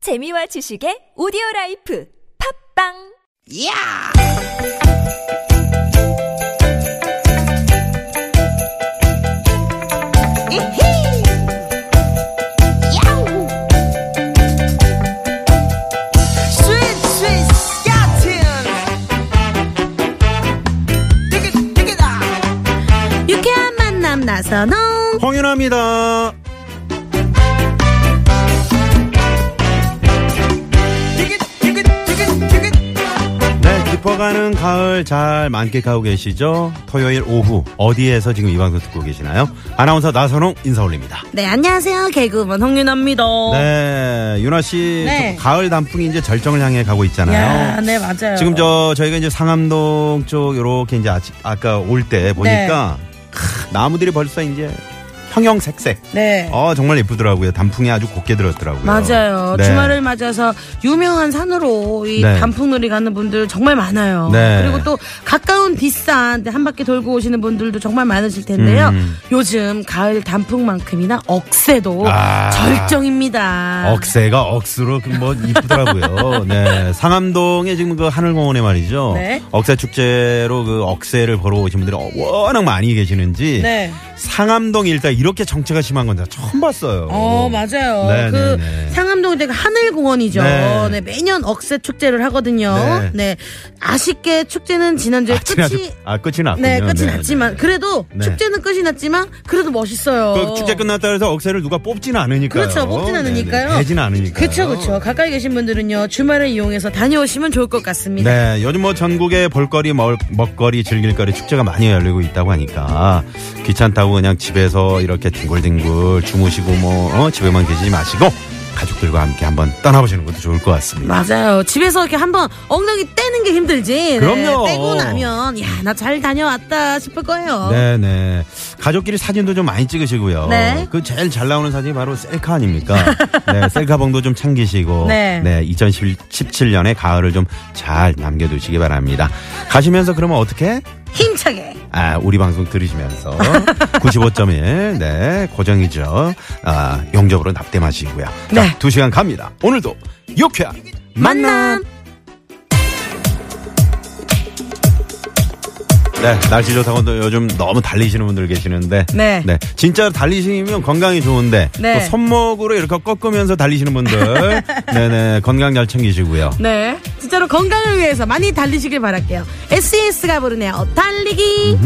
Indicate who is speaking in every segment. Speaker 1: 재미와 지식의 오디오 라이프 팝빵!
Speaker 2: Yeah!
Speaker 3: 유쾌한 만남 나선홍
Speaker 4: 홍윤아입니다. 네, 깊어가는 가을 잘 만끽하고 계시죠? 토요일 오후 어디에서 지금 이 방송 듣고 계시나요? 아나운서 나선홍 인사 올립니다.
Speaker 3: 네 안녕하세요 개그우먼 홍윤아입니다
Speaker 4: 네, 윤아 씨
Speaker 3: 어. 네.
Speaker 4: 저 가을 단풍이 이제 절정을 향해 가고 있잖아요.
Speaker 3: 야, 네 맞아요
Speaker 4: 지금 저 저희가 이제 상암동 쪽 요렇게 이제 아직 아까 올 때 보니까 크, 나무들이 벌써 이제 형형색색.
Speaker 3: 네
Speaker 4: 어 정말 예쁘더라고요. 단풍이 아주 곱게 들었더라고요.
Speaker 3: 맞아요
Speaker 4: 네.
Speaker 3: 주말을 맞아서 유명한 산으로 이
Speaker 4: 네.
Speaker 3: 단풍놀이 가는 분들 정말 많아요
Speaker 4: 네.
Speaker 3: 그리고 또 가까운 비싼 데한 바퀴 돌고 오시는 분들도 정말 많으실 텐데요
Speaker 4: 음.
Speaker 3: 요즘 가을 단풍만큼이나 억새도
Speaker 4: 아.
Speaker 3: 절정입니다
Speaker 4: 억새가 억수로 그뭐 이쁘더라고요. 네. 상암동에 지금 그 하늘공원에 말이죠.
Speaker 3: 네.
Speaker 4: 억새 축제로 그 억새를 보러 오신 분들이 워낙 많이 계시는지
Speaker 3: 네.
Speaker 4: 상암동이 일단 이렇게 정체가 심한 건지 처음 봤어요.
Speaker 3: 어 맞아요.
Speaker 4: 네,
Speaker 3: 그
Speaker 4: 네, 네.
Speaker 3: 상암동 대가 하늘공원이죠.
Speaker 4: 네.
Speaker 3: 네. 매년 억새 축제를 하거든요.
Speaker 4: 네.
Speaker 3: 네. 아쉽게 축제는 지난주에
Speaker 4: 아,
Speaker 3: 끝이
Speaker 4: 끝이 아 끝이 났군요.
Speaker 3: 네 끝이 났지만 그래도
Speaker 4: 네.
Speaker 3: 축제는 끝이 났지만 그래도 멋있어요.
Speaker 4: 그 축제 끝났다 해서 억새를 누가 뽑지는 않으니까요.
Speaker 3: 뭐. 그렇죠. 뽑진 않으니까요.
Speaker 4: 네네. 되진 않으니까.
Speaker 3: 그렇죠, 그렇죠. 가까이 계신 분들은요 주말을 이용해서 다녀오시면 좋을 것 같습니다.
Speaker 4: 네, 요즘 뭐 전국에 볼거리, 먹, 먹거리, 즐길거리 축제가 많이 열리고 있다고 하니까 귀찮다고 그냥 집에서 이렇게 뒹굴뒹굴 주무시고 뭐 어, 집에만 계시지 마시고 가족들과 함께 한번 떠나보시는 것도 좋을 것 같습니다.
Speaker 3: 맞아요. 집에서 이렇게 한번 엉덩이 떼는 게 힘들지. 네,
Speaker 4: 그럼요.
Speaker 3: 떼고 나면 야 나 잘 다녀왔다 싶을 거예요.
Speaker 4: 네, 네. 가족끼리 사진도 좀 많이 찍으시고요.
Speaker 3: 어. 네.
Speaker 4: 그 제일 잘 나오는 사진이 바로 셀카 아닙니까? 네, 셀카봉도 좀 챙기시고
Speaker 3: 네.
Speaker 4: 2017년의 가을을 좀 잘 남겨 두시기 바랍니다. 가시면서 그러면 어떻게?
Speaker 3: 힘차게.
Speaker 4: 아, 우리 방송 들으시면서 95.1 네, 고정이죠. 아, 용접으로 납땜 하시고요.
Speaker 3: 네.
Speaker 4: 두 시간 갑니다. 오늘도 유쾌한
Speaker 3: 만남.
Speaker 4: 네, 날씨 좋다고 또 요즘 너무 달리시는 분들 계시는데
Speaker 3: 네.
Speaker 4: 진짜로 달리시면 건강이 좋은데
Speaker 3: 네.
Speaker 4: 또 손목으로 이렇게 꺾으면서 달리시는 분들 네, 네. 건강 잘 챙기시고요.
Speaker 3: 네. 진짜로 건강을 위해서 많이 달리시길 바랄게요. SES가 부르네요. 달리기.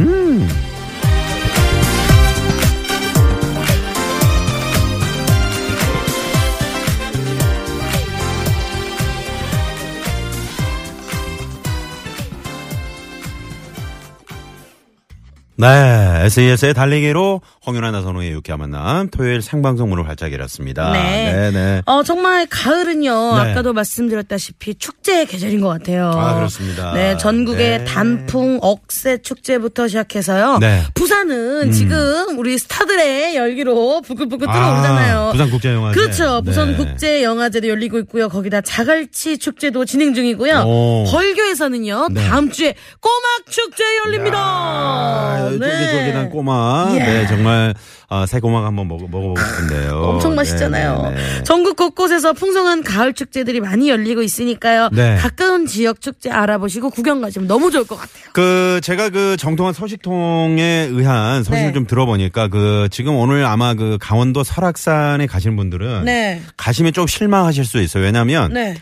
Speaker 4: 네, SES의 달리기로 홍윤아 나선호의 유쾌한 만남 토요일 생방송 문을 활짝 열었습니다. 네, 네.
Speaker 3: 어, 정말 가을은요.
Speaker 4: 네.
Speaker 3: 아까도 말씀드렸다시피 축제의 계절인 것 같아요.
Speaker 4: 아, 그렇습니다.
Speaker 3: 네. 전국의
Speaker 4: 네.
Speaker 3: 단풍, 억새 축제부터 시작해서요.
Speaker 4: 네.
Speaker 3: 부산은 지금 우리 스타들의 열기로 부글부글
Speaker 4: 아,
Speaker 3: 끓어오르잖아요.
Speaker 4: 부산국제영화제.
Speaker 3: 그렇죠. 부산
Speaker 4: 네.
Speaker 3: 국제 영화제도 열리고 있고요. 거기다 자갈치 축제도 진행 중이고요.
Speaker 4: 오. 네.
Speaker 3: 벌교에서는요. 다음 주에 꼬막 축제 열립니다. 네.
Speaker 4: 아, 쫄깃쫄깃한 꼬마.
Speaker 3: 예.
Speaker 4: 네, 정말 아, 새 꼬막 한번 먹어 먹어보고 싶은데요.
Speaker 3: 엄청
Speaker 4: 네,
Speaker 3: 맛있잖아요.
Speaker 4: 네, 네.
Speaker 3: 전국 곳곳에서 풍성한 가을 축제들이 많이 열리고 있으니까요.
Speaker 4: 네.
Speaker 3: 가까운 지역 축제 알아보시고 구경 가시면 너무 좋을 것 같아요.
Speaker 4: 그 제가 그 정통한 소식통에 의한 소식을
Speaker 3: 네.
Speaker 4: 좀 들어보니까 그 지금 오늘 아마 그 강원도 설악산에 가시는 분들은
Speaker 3: 네.
Speaker 4: 가시면 좀 실망하실 수 있어요. 왜냐하면
Speaker 3: 네.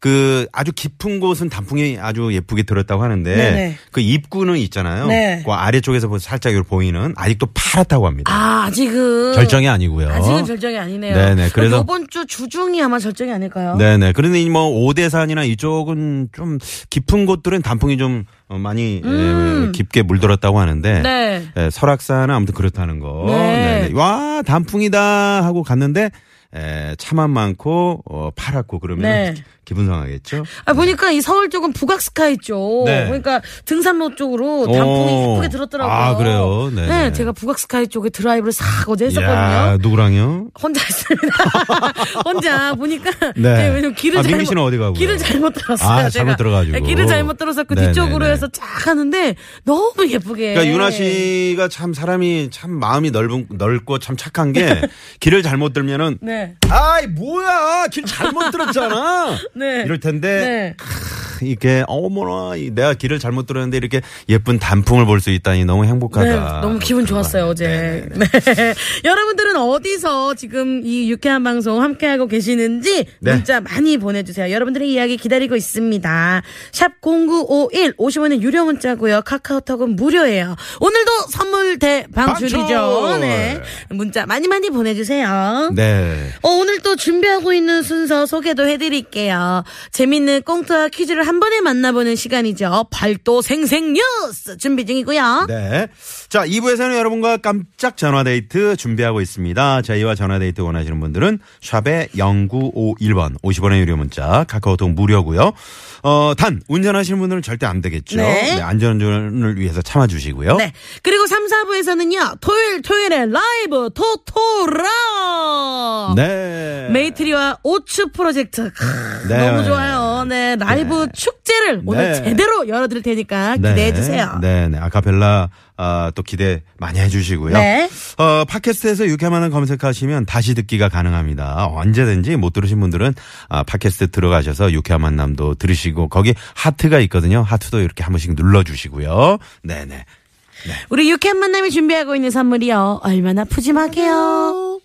Speaker 4: 그 아주 깊은 곳은 단풍이 아주 예쁘게 들었다고 하는데
Speaker 3: 네네.
Speaker 4: 그 입구는 있잖아요.
Speaker 3: 네.
Speaker 4: 그 아래쪽에서 보- 살짝 이렇게 보이는 아직도 파랗다고 합니다.
Speaker 3: 아, 아직은
Speaker 4: 절정이 아니고요.
Speaker 3: 아직은 절정이 아니네요.
Speaker 4: 네네, 그래서-
Speaker 3: 이번 주 주중이 아마 절정이 아닐까요?
Speaker 4: 네네. 그런데 이뭐 오대산이나 이쪽은 좀 깊은 곳들은 단풍이 좀 어, 많이 에, 깊게 물들었다고 하는데
Speaker 3: 음. 네.
Speaker 4: 예, 설악산은 아무튼 그렇다는 거.
Speaker 3: 네.
Speaker 4: 네네. 와 단풍이다 하고 갔는데 에, 차만 많고 어, 파랗고 그러면
Speaker 3: 네.
Speaker 4: 기분 상하겠죠.
Speaker 3: 아, 보니까 이 서울 쪽은 북악스카이 쪽.
Speaker 4: 네.
Speaker 3: 그러니까 등산로 쪽으로
Speaker 4: 오.
Speaker 3: 단풍이 예쁘게 들었더라고요.
Speaker 4: 아, 그래요? 네네.
Speaker 3: 네, 제가 북악스카이 쪽에 드라이브를 싹 어제 했었거든요.
Speaker 4: 야, 누구랑요?
Speaker 3: 혼자 했습니다. 혼자 보니까
Speaker 4: 네.
Speaker 3: 네, 왜냐면 길을
Speaker 4: 아, 민기
Speaker 3: 잘못
Speaker 4: 씨는 어디 가고요?
Speaker 3: 길을 잘못 들었어요.
Speaker 4: 아, 잘못
Speaker 3: 제가.
Speaker 4: 들어가지고.
Speaker 3: 네, 길을 잘못 들어서 그
Speaker 4: 네,
Speaker 3: 뒤쪽으로
Speaker 4: 네, 네.
Speaker 3: 해서 쫙 하는데 너무 예쁘게.
Speaker 4: 그러니까 윤아 씨가 참 사람이 참 마음이 넓은 넓고 참 착한 게 길을 잘못 들면은
Speaker 3: 네.
Speaker 4: 아이 뭐야 길 잘못 들었잖아.
Speaker 3: 네.
Speaker 4: 이럴
Speaker 3: 네.
Speaker 4: 텐데 크, 이게 어머나 이- 내가 길을 잘못 들었는데 이렇게 예쁜 단풍을 볼 수 있다니 너무 행복하다.
Speaker 3: 네, 너무 기분 좋았어요 어제. 네. 여러분들은 어디서 지금 이 유쾌한 방송 함께하고 계시는지
Speaker 4: 네.
Speaker 3: 문자 많이 보내주세요. 여러분들의 이야기 기다리고 있습니다. 샵 #0951 50원은 유료 문자고요. 카카오톡은 무료예요. 오늘도 선물 대방출이죠.
Speaker 4: 방출!
Speaker 3: 네. 문자 많이 많이 보내주세요.
Speaker 4: 네.
Speaker 3: 어, 오늘 또 준비하고 있는 순서 소개도 해드릴게요. 재밌는 꽁트와 퀴즈를 한 번에 만나보는 시간이죠. 발도 생생 뉴스 준비 중이고요.
Speaker 4: 네. 자, 2부에서는 여러분과 깜짝 전화데이트 준비하고 있습니다. 저희와 전화데이트 원하시는 분들은 샵에 0951번 50원의 유료 문자 카카오톡 무료고요. 어, 단 운전하시는 분들은 절대 안 되겠죠.
Speaker 3: 네.
Speaker 4: 안전운전을 위해서 참아주시고요.
Speaker 3: 네. 그리고 3, 4부에서는요, 토요일, 토요일에 라이브 토토라!
Speaker 4: 네.
Speaker 3: 메이트리와 오츠 프로젝트. 크,
Speaker 4: 네.
Speaker 3: 너무 좋아요. 네. 라이브 축제를 오늘
Speaker 4: 네.
Speaker 3: 제대로 열어드릴 테니까 아, 기대해주세요.
Speaker 4: 네, 네. 아카펠라 아, 또 기대 많이 해주시고요.
Speaker 3: 네.
Speaker 4: 어, 팟캐스트에서 유쾌만을 검색하시면 다시 듣기가 가능합니다. 언제든지 못 들으신 분들은 아, 팟캐스트 들어가셔서 유쾌한 만남도 들으시고 거기 하트가 있거든요. 하트도 이렇게 한 번씩 눌러주시고요. 네, 네.
Speaker 3: 우리 유쾌한 만남이 준비하고 있는 선물이요. 얼마나 푸짐하게요.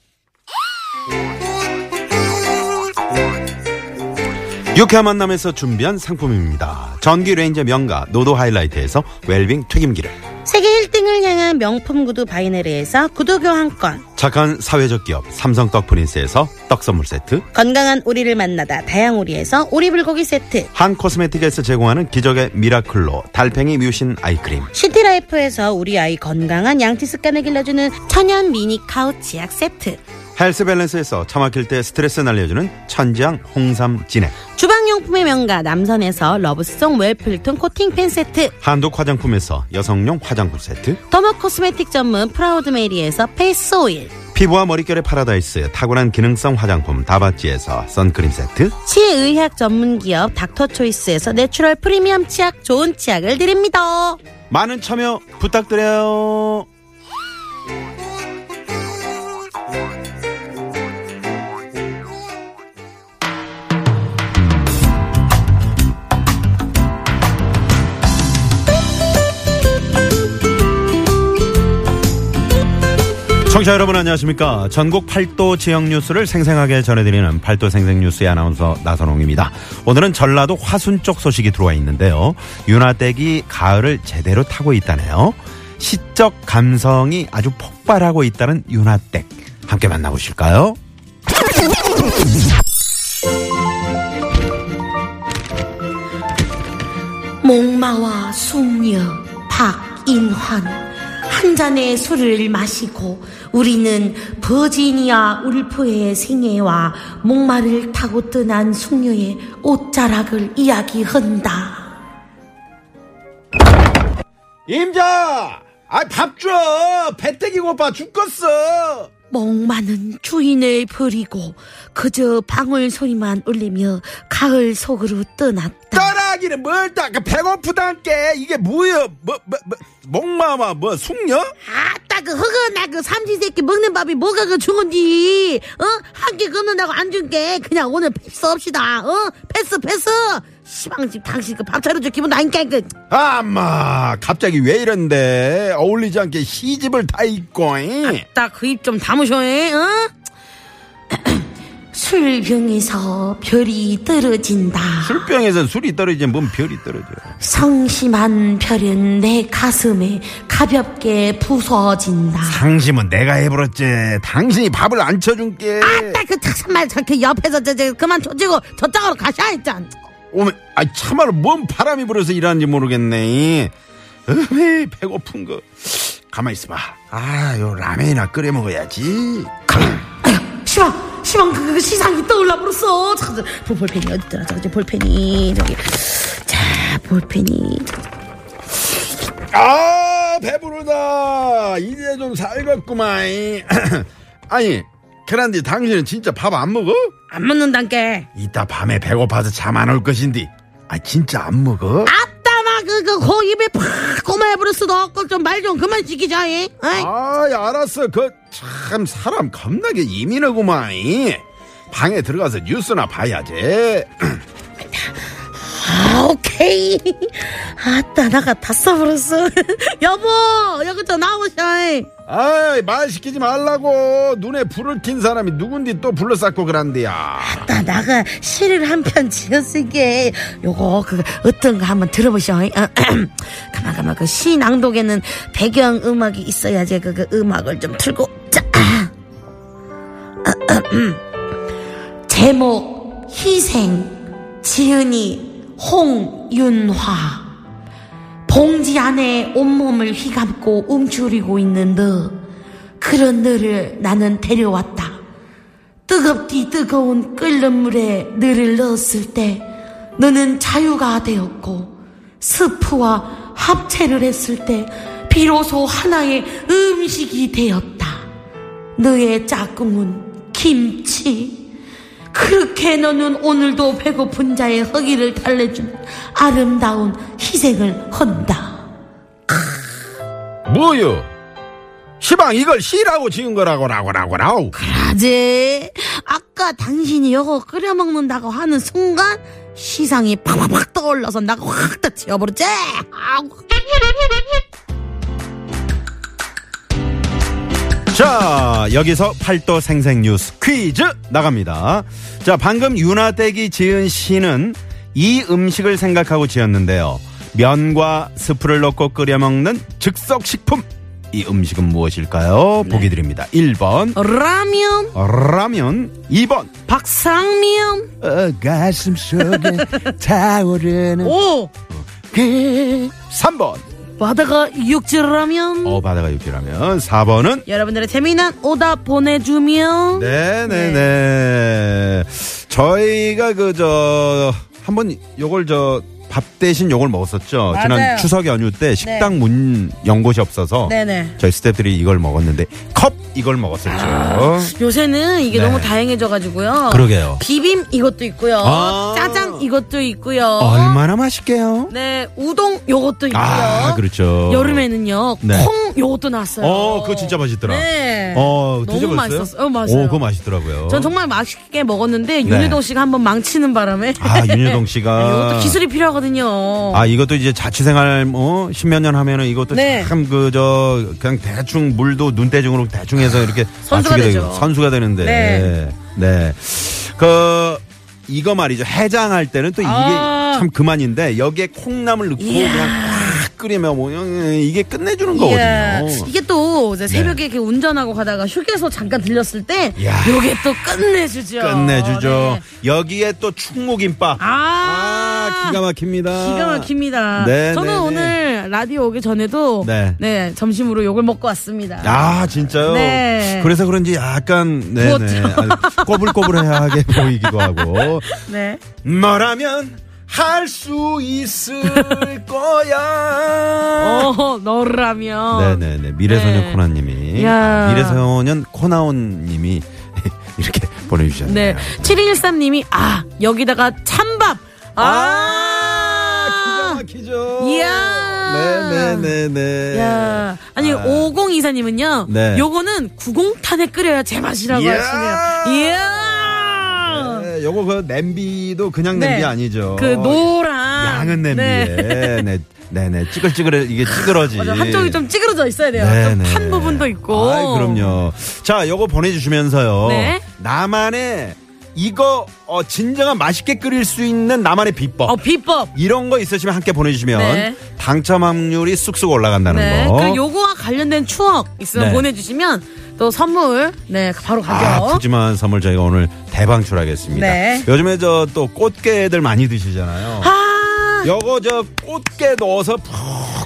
Speaker 4: 유쾌한 만남에서 준비한 상품입니다. 전기 레인저 명가 노도 하이라이트에서 웰빙 튀김기를
Speaker 3: 세계 1등을 향한 명품 구두 바이네르에서 구두 교환권.
Speaker 4: 착한 사회적 기업 삼성 떡 프린스에서 떡 선물 세트
Speaker 3: 건강한 오리를 만나다 다양오리에서 오리불고기 세트.
Speaker 4: 한 코스메틱에서 제공하는 기적의 미라클로 달팽이 뮤신 아이크림
Speaker 3: 시티라이프에서 우리 아이 건강한 양치 습관을 길러주는 천연 미니 카우치 약 세트.
Speaker 4: 헬스 밸런스에서 차 막힐 때 스트레스 날려주는 천지향 홍삼 진액
Speaker 3: 주방용품의 명가 남선에서 러브송 웰플톤 코팅팬 세트.
Speaker 4: 한독 화장품에서 여성용 화장품 세트
Speaker 3: 더머 코스메틱 전문 프라우드메리에서 페이스 오일.
Speaker 4: 피부와 머릿결의 파라다이스 탁월한 기능성 화장품 다바찌에서 선크림 세트
Speaker 3: 치의학 전문 기업 닥터초이스에서 내추럴 프리미엄 치약 좋은 치약을 드립니다.
Speaker 4: 많은 참여 부탁드려요 청취자 여러분 안녕하십니까 전국 팔도 지역 뉴스를 생생하게 전해드리는 팔도 생생 뉴스의 아나운서 나선홍입니다 오늘은 전라도 화순 쪽 소식이 들어와 있는데요 윤화댁이 가을을 제대로 타고 있다네요 시적 감성이 아주 폭발하고 있다는 윤화댁 함께 만나보실까요
Speaker 2: 목마와 숙녀 박인환 한 잔의 술을 마시고 우리는 버지니아 울프의 생애와 목마를 타고 떠난 숙녀의 옷자락을 이야기한다.
Speaker 4: 임자 아, 아밥줘 배때기 고파 죽겠어
Speaker 2: 목마는 주인을 버리고 그저 방울 소리만 울리며 가을 속으로 떠났다.
Speaker 4: 떠나기는 멀다 배고프단께 이게 뭐여 뭐, 뭐, 뭐 목마마 뭐 숙녀
Speaker 2: 아따 그 허근아 그 삼시세끼 먹는 밥이 뭐가 그 중은디 어? 한 끼 끊는다고 안 준 게 그냥 오늘 패스합시다 어? 패스 패스 시방집 당신 그 밥 차려줄 기분 나니까 그
Speaker 4: 아마 갑자기 왜 이런데 어울리지 않게 시집을 다 입고 잉?
Speaker 3: 딱 그 입 좀 담으셔, 어?
Speaker 2: 술병에서 별이 떨어진다
Speaker 4: 술병에서 술이 떨어지면 뭔 별이 떨어져
Speaker 2: 성심한 별은 내 가슴에 가볍게 부서진다
Speaker 3: 네.
Speaker 4: 당신은 내가 해버렸지 당신이 밥을 안 쳐준 게
Speaker 2: 아따 그 잠깐만 저렇게 옆에서 저, 저 그만 조지고 저쪽으로 가셔 일단
Speaker 4: 오메 아 참말로 뭔 바람이 불어서 일하는지 모르겠네 으메 배고픈 거 가만히 있어봐 아요 라면이나 끓여 먹어야지
Speaker 2: 시방 시방 그, 그 시상이 떠올라 버렸어 자, 저, 볼- 볼펜이 어딨더라 저기 볼펜이 저기 자 볼펜이
Speaker 4: 아 배부르다 이제 좀 살겠구만 아니 그런데 당신은 진짜 밥 안 먹어?
Speaker 3: 안 먹는단께.
Speaker 4: 이따 밤에 배고파서 잠 안 올 것인데 아 진짜 안 먹어?
Speaker 2: 아따 막그그 그, 입에 팍 꼬마야 버렸어 너좀말 좀 그만 시키자 잉? 어이.
Speaker 4: 아 알았어 그 참 사람 겁나게 예민하구만. 방에 들어가서 뉴스나 봐야지.
Speaker 3: 아 오케이 아따 나가 다 써버렸어
Speaker 2: 여보 여기서 나오셔
Speaker 4: 아이 말 시키지 말라고 눈에 불을 튄 사람이 누군디 또 불러쌓고 그란데야.
Speaker 3: 아따 나가 시를 한 편 지었으게 요거 그 어떤 거 한번 들어보셔 어, 가만 가만 그 시 낭독에는 배경 음악이 있어야지 그, 그 음악을 좀 틀고 자 아. 어, 음. 제목 희생 지은이 홍윤화 봉지 안에 온몸을 휘감고 움츠리고 있는 너 그런 너를 나는 데려왔다 뜨겁디 뜨거운 끓는 물에 너를 넣었을 때 너는 자유가 되었고 스프와 합체를 했을 때 비로소 하나의 음식이 되었다 너의 짝꿍은 김치 그렇게 너는 오늘도 배고픈 자의 허기를 달래준 아름다운 희생을 한다
Speaker 4: 뭐요? 시방 이걸 시라고 지은 거라고 라고 라고 라고.
Speaker 3: 아재 아까 당신이 요거 끓여먹는다고 하는 순간 시상이 팍팍팍 떠올라서 나가 확다 지어버렸지 아우.
Speaker 4: 자, 여기서 팔도 생생 뉴스 퀴즈 나갑니다. 자, 방금 윤아댁이 지은 시는 이 음식을 생각하고 지었는데요. 면과 스프를 넣고 끓여 먹는 즉석 식품. 이 음식은 무엇일까요?
Speaker 5: 네.
Speaker 4: 보기 드립니다. 1번
Speaker 3: 라면
Speaker 4: 라면, 2번
Speaker 3: 박상면
Speaker 5: 어, 가슴 속에 타오르는
Speaker 3: 오
Speaker 5: 그
Speaker 4: 3번
Speaker 3: 바다가 육지라면
Speaker 4: 어 바다가 육지라면 4번은
Speaker 3: 여러분들의 재미난 오답 보내주면
Speaker 4: 네네네. 저희가 그 저 한번 요걸 저 밥 대신 요걸 먹었었죠.
Speaker 3: 맞아요. 네.
Speaker 4: 지난 추석 연휴 때 식당 문 연 곳이 없어서
Speaker 3: 네네.
Speaker 4: 저희 스태프들이 이걸 먹었는데 컵 이걸 먹었었죠.
Speaker 3: 아. 요새는 이게
Speaker 4: 네.
Speaker 3: 너무 다양해져가지고요
Speaker 4: 그러게요.
Speaker 3: 비빔 이것도 있고요
Speaker 4: 아.
Speaker 3: 짜장 이것도 있고요
Speaker 4: 얼마나 맛있게요?
Speaker 3: 어? 네 우동 요것도 있고요
Speaker 4: 아 그렇죠.
Speaker 3: 여름에는요
Speaker 4: 네.
Speaker 3: 콩 요것도 나왔어요.
Speaker 4: 어 그거 진짜 맛있더라.
Speaker 3: 네.
Speaker 4: 어
Speaker 3: 너무
Speaker 4: 드셔봤어요?
Speaker 3: 맛있었어요. 어, 맞아요.
Speaker 4: 오 그거 맛있더라고요.
Speaker 3: 전 정말 맛있게 먹었는데 윤여동 씨가 한번 망치는 바람에
Speaker 4: 아 윤여동
Speaker 3: 이것도
Speaker 4: 씨가
Speaker 3: 기술이 필요하거든요.
Speaker 4: 아 이것도 이제 자취생활 뭐 십몇 년 하면은 이것도
Speaker 3: 어. 네.
Speaker 4: 참 그 저 그냥 대충 물도 눈대중으로 대충 해서 이렇게
Speaker 3: 선수가
Speaker 4: 맞추게
Speaker 3: 되죠.
Speaker 4: 되고 선수가 되는데
Speaker 3: 네.
Speaker 4: 네. 그 이거 말이죠 해장할 때는 또 이게
Speaker 3: 아.
Speaker 4: 참 그만인데 여기에 콩나물 넣고 그냥 확 끓이면 뭐 음, 이게 끝내주는 거거든요.
Speaker 3: 예.
Speaker 4: 네.
Speaker 3: 이야, 이게 또 이제 새벽에 이렇게 운전하고 가다가 휴게소 잠깐 들렸을 때
Speaker 4: 이야.
Speaker 3: 요게 또 끝내주죠.
Speaker 4: 끝내주죠.
Speaker 3: 네.
Speaker 4: 여기에 또 충무김밥 아,
Speaker 3: 아,
Speaker 4: 기가 막힙니다.
Speaker 3: 기가 막힙니다.
Speaker 4: 네,
Speaker 3: 저는
Speaker 4: 네, 네.
Speaker 3: 오늘 라디오 오기 전에도
Speaker 4: 네.
Speaker 3: 네, 점심으로 요걸 먹고 왔습니다.
Speaker 4: 아 진짜요?
Speaker 3: 네.
Speaker 4: 그래서 그런지 약간 네네
Speaker 3: 부었죠.
Speaker 4: 아니, 꼬불꼬불하게 보이기도 하고
Speaker 3: 네.
Speaker 4: 뭐라면 할 수 있을 거야.
Speaker 3: 어, 너라면
Speaker 4: 아. 네네네 미래소년
Speaker 3: 네.
Speaker 4: 코나님이
Speaker 3: 야.
Speaker 4: 아, 미래소년 코나온님이 이렇게 보내주셨네요.
Speaker 3: 네. 7213님이, 아, 여기다가 찬밥! 아!
Speaker 4: 기가 막히죠.
Speaker 3: 이야.
Speaker 4: 네네네네.
Speaker 3: 야. 아니,
Speaker 4: 아.
Speaker 3: 5024님은요,
Speaker 4: 네.
Speaker 3: 요거는 구공탄에 끓여야 제맛이라고
Speaker 4: 이야.
Speaker 3: 하시네요. 이야!
Speaker 4: 네, 요거 그 냄비도 그냥 냄비
Speaker 3: 네.
Speaker 4: 아니죠.
Speaker 3: 그 노란.
Speaker 4: 양은 냄비에
Speaker 3: 네.
Speaker 4: 네네 네네 찌글찌글 이게 찌그러지.
Speaker 3: 맞아, 한쪽이 좀 찌그러져 있어야 돼요.
Speaker 4: 네,
Speaker 3: 좀판
Speaker 4: 네.
Speaker 3: 부분도 있고.
Speaker 4: 아이, 그럼요. 자, 요거 보내주시면서요.
Speaker 3: 네.
Speaker 4: 나만의 이거 어, 진정한 맛있게 끓일 수 있는 나만의 비법.
Speaker 3: 어, 비법.
Speaker 4: 이런 거 있으시면 함께 보내주시면
Speaker 3: 네.
Speaker 4: 당첨 확률이 쑥쑥 올라간다는
Speaker 3: 네.
Speaker 4: 거.
Speaker 3: 그리고 요거와 관련된 추억 있으면
Speaker 4: 음, 뭐? 네.
Speaker 3: 보내주시면 또 선물, 네, 바로 가격.
Speaker 4: 아, 푸짐한 선물 저희가 오늘 대방출하겠습니다.
Speaker 3: 네.
Speaker 4: 요즘에 저 또 꽃게들 많이 드시잖아요.
Speaker 3: 아,
Speaker 4: 요거 저 꽃게 넣어서 푹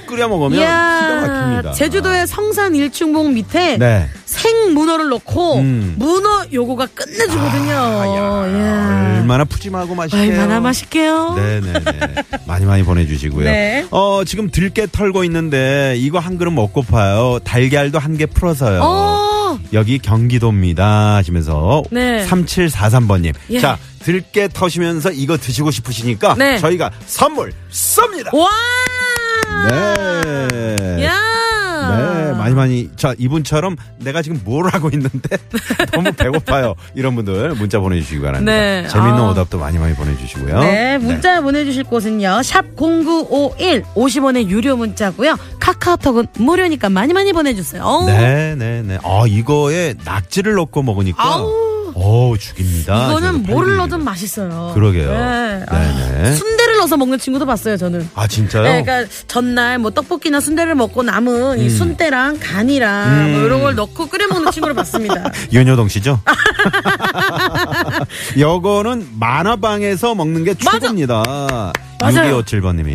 Speaker 4: 끓여 먹으면 기가 막힙니다.
Speaker 3: 제주도의 성산 일출봉 밑에
Speaker 4: 네.
Speaker 3: 생문어를 넣고
Speaker 4: 음. 아,
Speaker 3: 문어 요거가 끝내주거든요.
Speaker 4: 야,
Speaker 3: 아, 예.
Speaker 4: 얼마나 푸짐하고 맛있게요.
Speaker 3: 얼마나 맛있게요.
Speaker 4: 네네네. 많이 많이 보내주시고요.
Speaker 3: 네.
Speaker 4: 어, 지금 들깨 털고 있는데 이거 한 그릇 먹고파요. 달걀도 한 개 풀어서요.
Speaker 3: 어,
Speaker 4: 여기 경기도입니다. 하시면서
Speaker 3: 네.
Speaker 4: 3743번님.
Speaker 3: 예.
Speaker 4: 자, 들깨 터시면서 이거 드시고 싶으시니까
Speaker 3: 네.
Speaker 4: 저희가 선물 쏩니다.
Speaker 3: 와.
Speaker 4: 네.
Speaker 3: 야. 아.
Speaker 4: 네, 많이 많이 많이 자 이분처럼 내가 지금 뭘 하고 있는데 너무 배고파요 이런 분들 문자 보내주시기 바랍니다.
Speaker 3: 네.
Speaker 4: 재밌는
Speaker 3: 아.
Speaker 4: 오답도 많이 많이 보내주시고요.
Speaker 3: 네, 문자 보내주실 곳은요. 샵 0951, 50원의 유료 문자고요. 카카오톡은 무료니까 많이 많이 보내주세요. 어우,
Speaker 4: 네, 네, 네. 아 이거에 낙지를 넣고 먹으니까
Speaker 3: 아우.
Speaker 4: 어우 죽입니다.
Speaker 3: 이거는
Speaker 4: 아, 저도
Speaker 3: 뭐를
Speaker 4: 팔리기는. 그
Speaker 3: 넣든 맛있어요.
Speaker 4: 그러게요.
Speaker 3: 네. 아,
Speaker 4: 네, 네.
Speaker 3: 순대를 넣어서 먹는 친구도 봤어요, 저는.
Speaker 4: 아 진짜요?
Speaker 3: 네, 그러니까 전날 뭐 떡볶이나 순대를 먹고 남은
Speaker 4: 음.
Speaker 3: 이 순대랑 간이랑 뭐 이런 걸 넣고 끓여 먹는 친구를 봤습니다.
Speaker 4: 윤여동 씨죠? 요거는 만화방에서 먹는 게
Speaker 3: 맞아.
Speaker 4: 최고입니다.
Speaker 3: 맞아요.
Speaker 4: 6257번님이.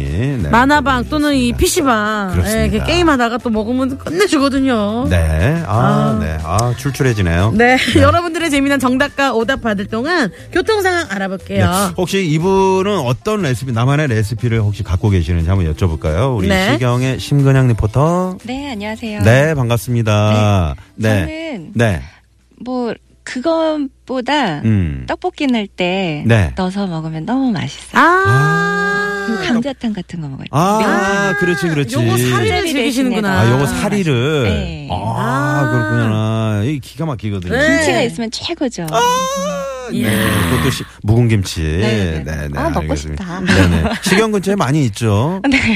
Speaker 4: 네,
Speaker 3: 만화방 또는 이 PC방 네,
Speaker 4: 그렇습니다.
Speaker 3: 게임하다가 또 먹으면 끝내주거든요.
Speaker 4: 네. 아, 네. 아, 출출해지네요.
Speaker 3: 네, 여러분들의 재미난 정답과 오답 받을 동안 교통 상황
Speaker 4: 네.
Speaker 3: 알아볼게요.
Speaker 4: 혹시 이분은 어떤 레시피, 나만의 레시피를 혹시 갖고 계시는지 한번 여쭤볼까요? 우리
Speaker 3: 네.
Speaker 4: 시경의 심근양 리포터.
Speaker 6: 네, 안녕하세요.
Speaker 4: 네, 반갑습니다. 네.
Speaker 6: 저는
Speaker 4: 네.
Speaker 6: 뭐 그것보다
Speaker 3: 아,
Speaker 4: 음.
Speaker 6: 떡볶이 낼 때
Speaker 4: 네.
Speaker 6: 넣어서 먹으면 너무 맛있어요.
Speaker 3: 아,
Speaker 6: 그리고 감자탕 같은 거 먹을 때.
Speaker 4: 아, 그렇지, 그렇지.
Speaker 3: 요거 사리를
Speaker 6: 사리를
Speaker 3: 즐기시는구나.
Speaker 4: 아, 요거 사리를.
Speaker 6: 네.
Speaker 4: 아, 그렇구나. 이 기가 막히거든요.
Speaker 3: 네.
Speaker 6: 김치가 있으면 최고죠.
Speaker 4: 아. 네, 그것도 시- 묵은 김치. 네,
Speaker 6: 네, 네.
Speaker 4: 네,
Speaker 6: 아, 먹고 싶다.
Speaker 4: 알겠습니다. 네, 네. 식용 근처에 많이 있죠. 네.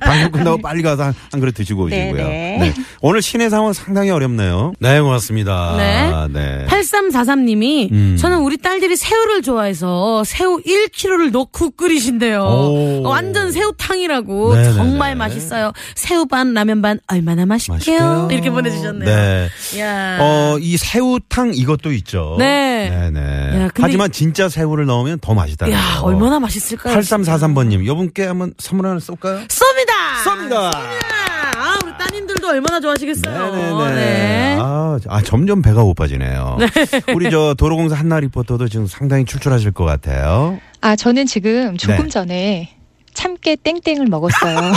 Speaker 4: 방송 끝나고 빨리 가서 한, 한 그릇 드시고
Speaker 6: 네,
Speaker 4: 오시고요.
Speaker 6: 네.
Speaker 4: 오늘 시내 상황 상당히 어렵네요. 네, 고맙습니다.
Speaker 3: 네.
Speaker 4: 네.
Speaker 3: 8343님이
Speaker 4: 음.
Speaker 3: 저는 우리 딸들이 새우를 좋아해서 새우 1kg를 넣고 끓이신대요.
Speaker 4: 오.
Speaker 3: 어, 완전 새우탕이라고
Speaker 4: 네네네.
Speaker 3: 정말 맛있어요. 새우 반 라면 반 얼마나 맛있게요?
Speaker 4: 맛있게요.
Speaker 3: 이렇게 보내주셨네요.
Speaker 4: 네.
Speaker 3: 야.
Speaker 4: 어, 이 새우탕 이것도 있죠.
Speaker 3: 네.
Speaker 4: 네, 네.
Speaker 3: 야, 근데
Speaker 4: 하지만 진짜 새우를 넣으면 더 맛있다.
Speaker 3: 야 얼마나 맛있을까요?
Speaker 4: 8343번님, 어. 요분께 한번 선물 하나 쏠까요?
Speaker 3: 쏩니다.
Speaker 4: 쏩니다.
Speaker 3: 아 우리 따님들도 얼마나 좋아하시겠어요.
Speaker 4: 네네네.
Speaker 3: 네.
Speaker 4: 아, 아, 점점 배가 고파지네요. 우리 저 도로공사 한나 리포터도 지금 상당히 출출하실 것 같아요.
Speaker 7: 아, 저는 지금 조금
Speaker 4: 네.
Speaker 7: 전에 참깨 땡땡을 먹었어요.
Speaker 4: 아.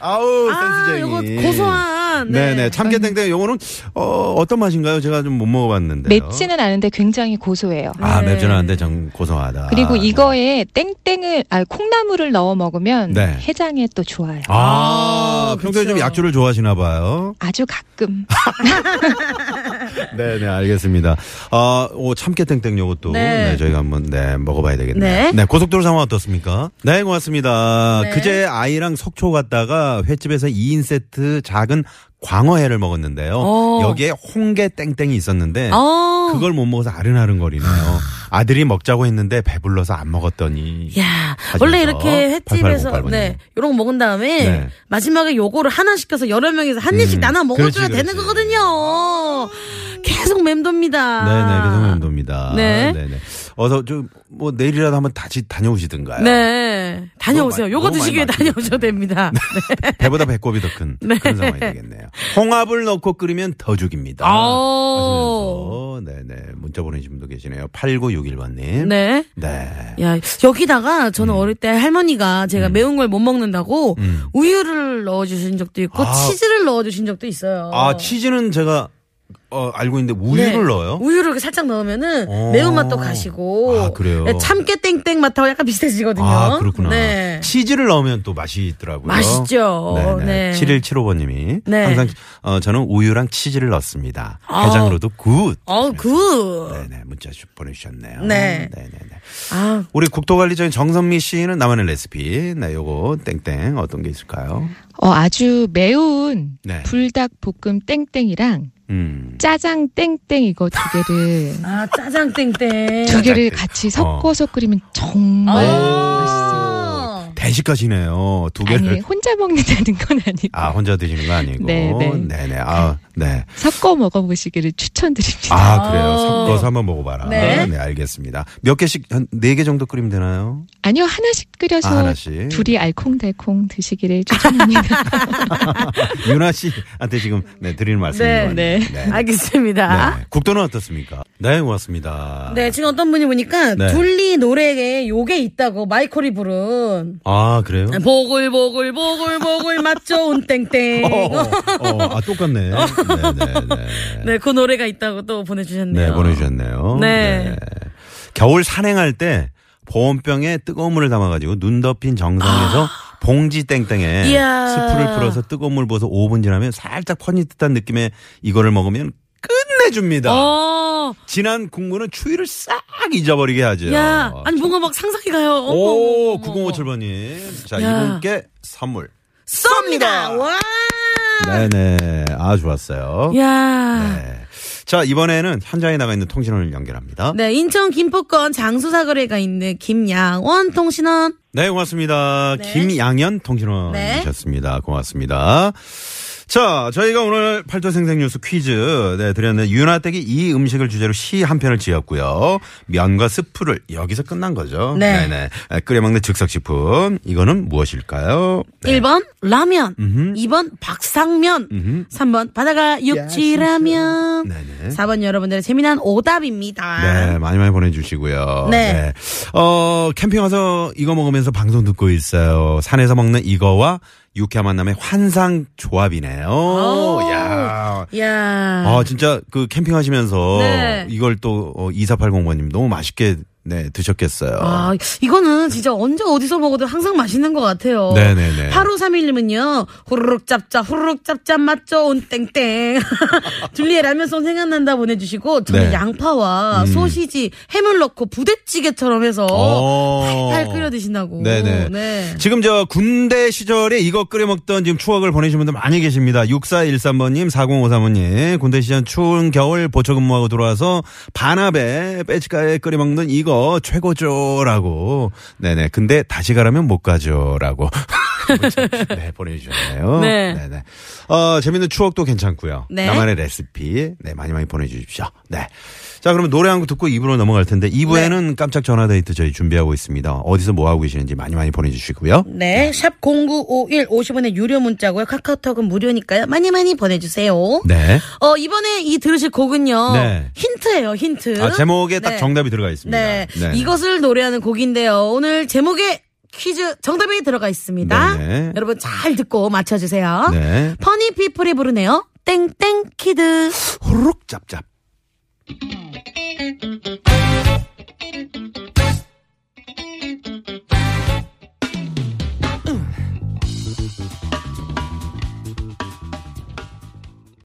Speaker 4: 아우,
Speaker 3: 아, 요거 고소한.
Speaker 4: 네. 네 참깨땡땡 요거는 어, 어떤 맛인가요? 제가 좀 못 먹어봤는데.
Speaker 7: 맵지는 않은데 굉장히 고소해요.
Speaker 4: 아,
Speaker 3: 네.
Speaker 4: 맵지는 않은데 좀 고소하다.
Speaker 7: 그리고
Speaker 4: 네.
Speaker 7: 이거에 땡땡을, 아, 콩나물을 넣어 먹으면
Speaker 4: 네.
Speaker 7: 해장에 또 좋아요.
Speaker 4: 아,
Speaker 3: 아,
Speaker 4: 평소에 좀
Speaker 3: 그쵸.
Speaker 4: 약주를 좋아하시나 봐요.
Speaker 7: 아주 가끔.
Speaker 4: 네, 네, 알겠습니다. 아, 오, 참깨땡땡 요것도
Speaker 3: 네.
Speaker 4: 네, 저희가 한번 네, 먹어봐야 되겠네요.
Speaker 3: 네.
Speaker 4: 네. 고속도로 상황 어떻습니까? 네, 고맙습니다.
Speaker 3: 네.
Speaker 4: 그제 아이랑 속초 갔다가 횟집에서 2인 세트 작은 광어회를 먹었는데요.
Speaker 3: 어.
Speaker 4: 여기에 홍게 땡땡이 있었는데
Speaker 3: 어.
Speaker 4: 그걸 못 먹어서 아른아른거리네요. 아들이 먹자고 했는데 배불러서 안 먹었더니
Speaker 3: 야,
Speaker 4: 하시면서
Speaker 3: 원래 이렇게 횟집에서
Speaker 4: 8808
Speaker 3: 네, 요런 거 먹은 다음에
Speaker 4: 네.
Speaker 3: 마지막에 요거를 하나 시켜서 여러 명이서 한
Speaker 4: 음,
Speaker 3: 입씩 나눠 먹어줘야
Speaker 4: 그렇지,
Speaker 3: 되는
Speaker 4: 그렇지.
Speaker 3: 거거든요. 계속 맴돕니다.
Speaker 4: 네네, 그 정도입니다.
Speaker 3: 네.
Speaker 4: 네네. 어서 좀, 뭐, 내일이라도 한번 다시 다녀오시든가요.
Speaker 3: 네. 다녀오세요.
Speaker 4: 너무 많이-
Speaker 3: 요거
Speaker 4: 너무
Speaker 3: 드시기에
Speaker 4: 많이 많이
Speaker 3: 다녀오셔도 됩니다.
Speaker 4: 배보다 배꼽이 더 큰 그런 상황이 되겠네요. 홍합을 넣고 끓이면 더 죽입니다.
Speaker 3: 아오.
Speaker 4: 하시면서 네네 문자 보내신 분도 계시네요. 8961번님.
Speaker 3: 네.
Speaker 4: 네.
Speaker 3: 야, 여기다가 저는 어릴 때 할머니가 제가 매운 걸 못 먹는다고
Speaker 4: 음.
Speaker 3: 우유를 넣어주신 적도 있고
Speaker 4: 아.
Speaker 3: 치즈를 넣어주신 적도 있어요.
Speaker 4: 아 치즈는 제가 어, 알고 있는데
Speaker 3: 네.
Speaker 4: 우유를 넣어요?
Speaker 3: 우유를 이렇게 살짝 넣으면은
Speaker 4: 어.
Speaker 3: 매운맛도 가시고
Speaker 4: 아, 그래요?
Speaker 3: 네, 참깨 땡땡 맛하고 약간 비슷해지거든요.
Speaker 4: 아 그렇구나.
Speaker 3: 네.
Speaker 4: 치즈를 넣으면 또 맛이 있더라고요.
Speaker 3: 맛있죠.
Speaker 4: 네네.
Speaker 3: 네.
Speaker 4: 7175번님이
Speaker 3: 네.
Speaker 4: 항상 어, 저는 우유랑 치즈를 넣습니다.
Speaker 3: 아.
Speaker 4: 해장으로도 굿.
Speaker 3: 어, 그.
Speaker 4: 네네 문자 주- 보내주셨네요.
Speaker 3: 네.
Speaker 4: 네네네.
Speaker 3: 아,
Speaker 4: 우리 국토관리청인 정선미 씨는 나만의 레시피. 네, 요거 땡땡 어떤 게 있을까요?
Speaker 7: 어, 아주 매운
Speaker 4: 네.
Speaker 7: 불닭볶음 땡땡이랑
Speaker 4: 음.
Speaker 7: 짜장 땡땡 이거 두 개를,
Speaker 3: 아, 짜장
Speaker 4: 음.
Speaker 3: 땡땡.
Speaker 7: 두
Speaker 4: 짜장 땡-
Speaker 7: 개를 같이 섞어서 끓이면 정말 맛있어요.
Speaker 3: 아.
Speaker 4: 대식가시네요. 어, 두 개를.
Speaker 7: 아니, 혼자 먹는다는 건 아니고.
Speaker 4: 아, 혼자 드시는 거 아니고.
Speaker 7: 네, 네.
Speaker 4: 네네. 아, 네.
Speaker 7: 섞어 먹어보시기를 추천드립니다.
Speaker 4: 아, 그래요.
Speaker 3: 아.
Speaker 4: 섞어서 한번 먹어봐라.
Speaker 3: 네.
Speaker 4: 네. 알겠습니다. 몇 개씩, 한 네 개 정도 끓이면 되나요?
Speaker 7: 아니요, 하나씩 끓여서
Speaker 4: 아, 하나씩.
Speaker 7: 둘이 알콩달콩 드시기를 추천합니다.
Speaker 4: 유나 씨한테 지금 네, 드리는 말씀인
Speaker 3: 네,
Speaker 4: 것 같네요. 네.
Speaker 7: 아,
Speaker 3: 알겠습니다.
Speaker 4: 네. 국도는 어떻습니까? 네, 고맙습니다.
Speaker 3: 네, 지금 어떤 분이 보니까
Speaker 4: 네.
Speaker 3: 둘리 노래에 요게 있다고 마이콜이 부른 네,
Speaker 4: 아, 그래요?
Speaker 3: 보글보글 보글보글 맛 좋은 땡땡.
Speaker 4: 어, 어, 어, 아, 똑같네. 네네네.
Speaker 3: 네, 그 노래가 있다고 또 보내주셨네요.
Speaker 4: 네, 보내주셨네요.
Speaker 3: 네.
Speaker 4: 겨울 산행할 때 보온병에 뜨거운 물을 담아가지고 눈 덮인 정상에서 봉지 땡땡에
Speaker 3: 이야.
Speaker 4: 스프를 풀어서 뜨거운 물 부어서 5분 지나면 살짝 퍼니 듯한 느낌의 이거를 먹으면 끝내줍니다.
Speaker 3: 어,
Speaker 4: 진한 국물은 추위를 싹 잊어버리게 하죠.
Speaker 3: 야, 아니 뭔가 막 상상이 가요. 어머, 어머,
Speaker 4: 오,
Speaker 3: 어머,
Speaker 4: 9057번님. 자,
Speaker 3: 야.
Speaker 4: 이분께 선물.
Speaker 3: 쏩니다. 와.
Speaker 4: 네네. 아, 좋았어요.
Speaker 3: 야.
Speaker 4: 네. 자, 이번에는 현장에 나가 있는 통신원을 연결합니다.
Speaker 3: 네, 인천 김포권 장수사거리가 있는 김양원 통신원.
Speaker 4: 네, 고맙습니다. 김양현 통신원이셨습니다.
Speaker 3: 네.
Speaker 4: 고맙습니다. 자, 저희가 오늘 팔도생생 뉴스 퀴즈 네, 드렸는데 유나댁이 이 음식을 주제로 시 한 편을 지었고요. 면과 스프를 여기서 끝난 거죠.
Speaker 3: 네.
Speaker 4: 네 끓여 먹는 즉석식품 이거는 무엇일까요? 네.
Speaker 3: 1번 라면, 2번 박상면, 3번 바다가 육지라면,
Speaker 4: 네네.
Speaker 3: 4번 여러분들의 재미난 오답입니다.
Speaker 4: 네, 많이 많이 보내주시고요.
Speaker 3: 아. 네.
Speaker 4: 어, 캠핑 와서 이거 먹으면서 방송 듣고 있어요. 산에서 먹는 이거와 유쾌한 만남의 환상 조합이네요. 야.
Speaker 3: 야.
Speaker 4: 아, 진짜 그 캠핑 하시면서
Speaker 3: 네.
Speaker 4: 이걸 또 어, 2480번님 너무 맛있게 네, 드셨겠어요.
Speaker 3: 아, 이거는 진짜 언제 어디서 먹어도 항상 맛있는 것 같아요.
Speaker 4: 네네네.
Speaker 3: 8531님은요, 후루룩 짭짭, 후루룩 짭짭 맛 좋은 땡땡. 줄리의 라면송 생각난다 보내주시고, 저는
Speaker 4: 네.
Speaker 3: 양파와 소시지, 해물 넣고 부대찌개처럼 해서
Speaker 4: 어.
Speaker 3: 팔 끓여 드신다고.
Speaker 4: 네네.
Speaker 3: 네.
Speaker 4: 지금 저 군대 시절에 이거 끓여 먹던 지금 추억을 보내신 분들 많이 계십니다. 6413번님, 4053번님. 군대 시절 추운 겨울 보초 근무하고 들어와서 반합에 빼치가에 끓여 먹는 이거 최고죠라고. 네네. 근데 다시 가라면 못 가죠라고. 네, 보내주셨네요.
Speaker 3: 네.
Speaker 4: 네 어, 재밌는 추억도 괜찮고요.
Speaker 3: 네.
Speaker 4: 나만의 레시피. 네, 많이 많이 보내주십시오. 네. 자, 그러면 노래 한 곡 듣고 2부로 넘어갈 텐데
Speaker 3: 네.
Speaker 4: 2부에는 깜짝 전화 데이트 저희 준비하고 있습니다. 어디서 뭐 하고 계시는지 많이 많이 보내주시고요.
Speaker 3: 네, 샵 0951 50원의 유료 문자고요. 카카오톡은 무료니까요. 많이 많이 보내주세요.
Speaker 4: 네.
Speaker 3: 어, 이번에 이 들으실 곡은요.
Speaker 4: 네.
Speaker 3: 힌트예요, 힌트.
Speaker 4: 아, 제목에 딱
Speaker 3: 네.
Speaker 4: 정답이 들어가 있습니다.
Speaker 3: 네.
Speaker 4: 네네.
Speaker 3: 이것을 노래하는 곡인데요. 오늘 제목에 퀴즈 정답이 들어가 있습니다.
Speaker 4: 네네.
Speaker 3: 여러분 잘 듣고 맞춰주세요.
Speaker 4: 네.
Speaker 3: 퍼니피플이 부르네요. 땡땡키드.
Speaker 4: 호록 짭짭.